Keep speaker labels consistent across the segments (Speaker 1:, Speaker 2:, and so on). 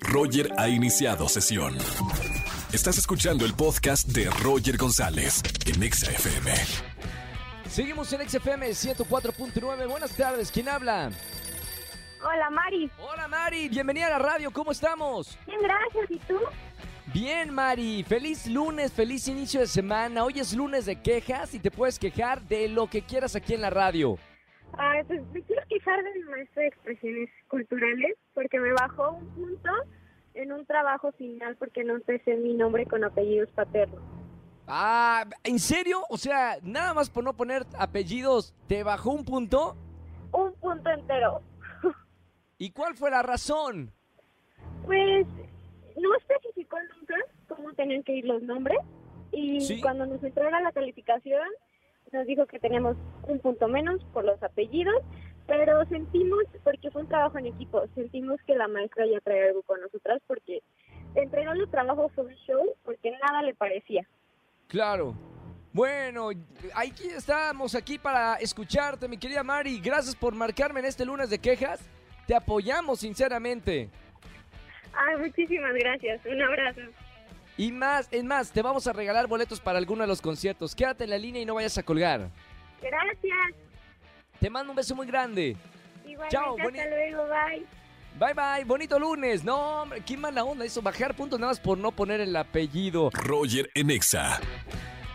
Speaker 1: Roger ha iniciado sesión. Estás escuchando el podcast de Roger González en Exa FM.
Speaker 2: Seguimos en XFM 104.9. Buenas tardes, ¿quién habla?
Speaker 3: Hola, Mari.
Speaker 2: Hola Mari, bienvenida a la radio, ¿cómo estamos?
Speaker 3: Bien, gracias. ¿Y tú?
Speaker 2: Bien Mari, feliz lunes, feliz inicio de semana. Hoy es lunes de quejas y te puedes quejar de lo que quieras aquí en la radio.
Speaker 3: Ay, pues me quiero quejar de mi maestro de expresiones culturales porque me bajó un punto en un trabajo final porque no empecé mi nombre con apellidos paternos.
Speaker 2: Ah, ¿en serio? O sea, nada más por no poner apellidos, ¿te bajó un punto?
Speaker 3: Un punto entero.
Speaker 2: ¿Y cuál fue la razón?
Speaker 3: Pues no especificó nunca cómo tenían que ir los nombres y
Speaker 2: Sí.
Speaker 3: cuando nos entraron a la calificación nos dijo que teníamos un punto menos por los apellidos, pero sentimos, porque fue un trabajo en equipo, sentimos que la maestra ya trae algo con nosotras porque entregó el trabajo fue un show porque nada le parecía.
Speaker 2: Claro. Bueno, aquí estamos aquí para escucharte, mi querida Mari. Gracias por marcarme en este lunes de quejas. Te apoyamos sinceramente.
Speaker 3: Ay, muchísimas gracias, un abrazo.
Speaker 2: Y más, es más, te vamos a regalar boletos para alguno de los conciertos. Quédate en la línea y no vayas a colgar.
Speaker 3: Gracias.
Speaker 2: Te mando un beso muy grande.
Speaker 3: Igualmente,
Speaker 2: Chao,
Speaker 3: hasta
Speaker 2: boni-
Speaker 3: luego, bye.
Speaker 2: Bye bye, bonito lunes. No, hombre, qué mala onda eso. Bajar puntos nada más por no poner el apellido.
Speaker 1: Roger en Exa.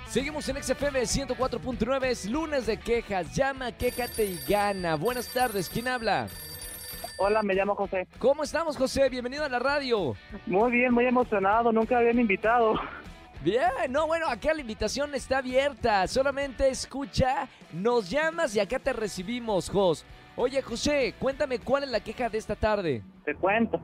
Speaker 2: Seguimos en XFM 104.9. Es lunes de quejas. Llama, quéjate y gana. Buenas tardes, ¿quién habla?
Speaker 4: Hola, me llamo José.
Speaker 2: ¿Cómo estamos, José? Bienvenido a la radio.
Speaker 4: Muy bien, muy emocionado, nunca habían invitado.
Speaker 2: Bien, no, bueno, acá la invitación está abierta. Solamente escucha, nos llamas y acá te recibimos, Jos. Oye, José, cuéntame cuál es la queja de esta tarde.
Speaker 4: Te cuento.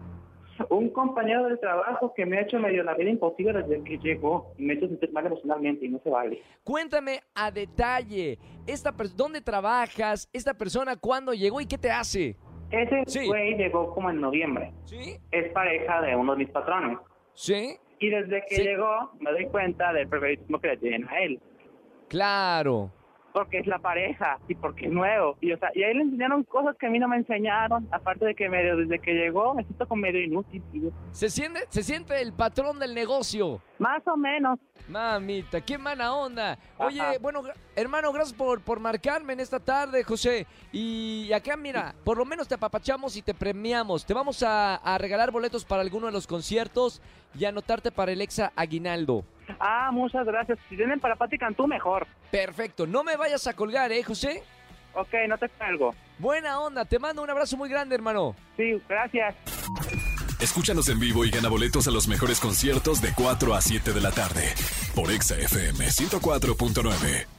Speaker 4: Un compañero de trabajo que me ha hecho medio la vida imposible desde que llegó y me ha hecho sentir mal emocionalmente y no se vale.
Speaker 2: Cuéntame a detalle, esta per- ¿dónde trabajas? ¿Esta persona cuándo llegó y qué te hace?
Speaker 4: Ese
Speaker 2: Sí.
Speaker 4: güey llegó como en noviembre.
Speaker 2: ¿Sí?
Speaker 4: Es pareja de uno de mis patrones.
Speaker 2: ¿Sí?
Speaker 4: Y desde que
Speaker 2: Sí.
Speaker 4: llegó me doy cuenta del favoritismo que le tienen a él.
Speaker 2: Claro.
Speaker 4: Porque es la pareja y porque es nuevo. Y, o sea, y a él le enseñaron cosas que a mí no me enseñaron. Aparte de que medio, desde que llegó me siento como medio inútil. tío.
Speaker 2: Se siente, se siente el patrón del negocio.
Speaker 4: Más o menos.
Speaker 2: Mamita, qué mala onda.
Speaker 4: Ajá.
Speaker 2: Oye, bueno, gra- hermano, gracias por, por marcarme en esta tarde, José. Y acá, mira, por lo menos te apapachamos y te premiamos. Te vamos a, a regalar boletos para alguno de los conciertos y anotarte para el Exa Aguinaldo.
Speaker 4: Ah, muchas gracias. Si tienen para Pati Cantú, mejor.
Speaker 2: Perfecto, no me vayas a colgar, ¿eh, José?
Speaker 4: Ok, no te cargo.
Speaker 2: Buena onda, te mando un abrazo muy grande, hermano.
Speaker 4: Sí, gracias.
Speaker 1: Escúchanos en vivo y gana boletos a los mejores conciertos de 4 a 7 de la tarde por Exa FM 104.9.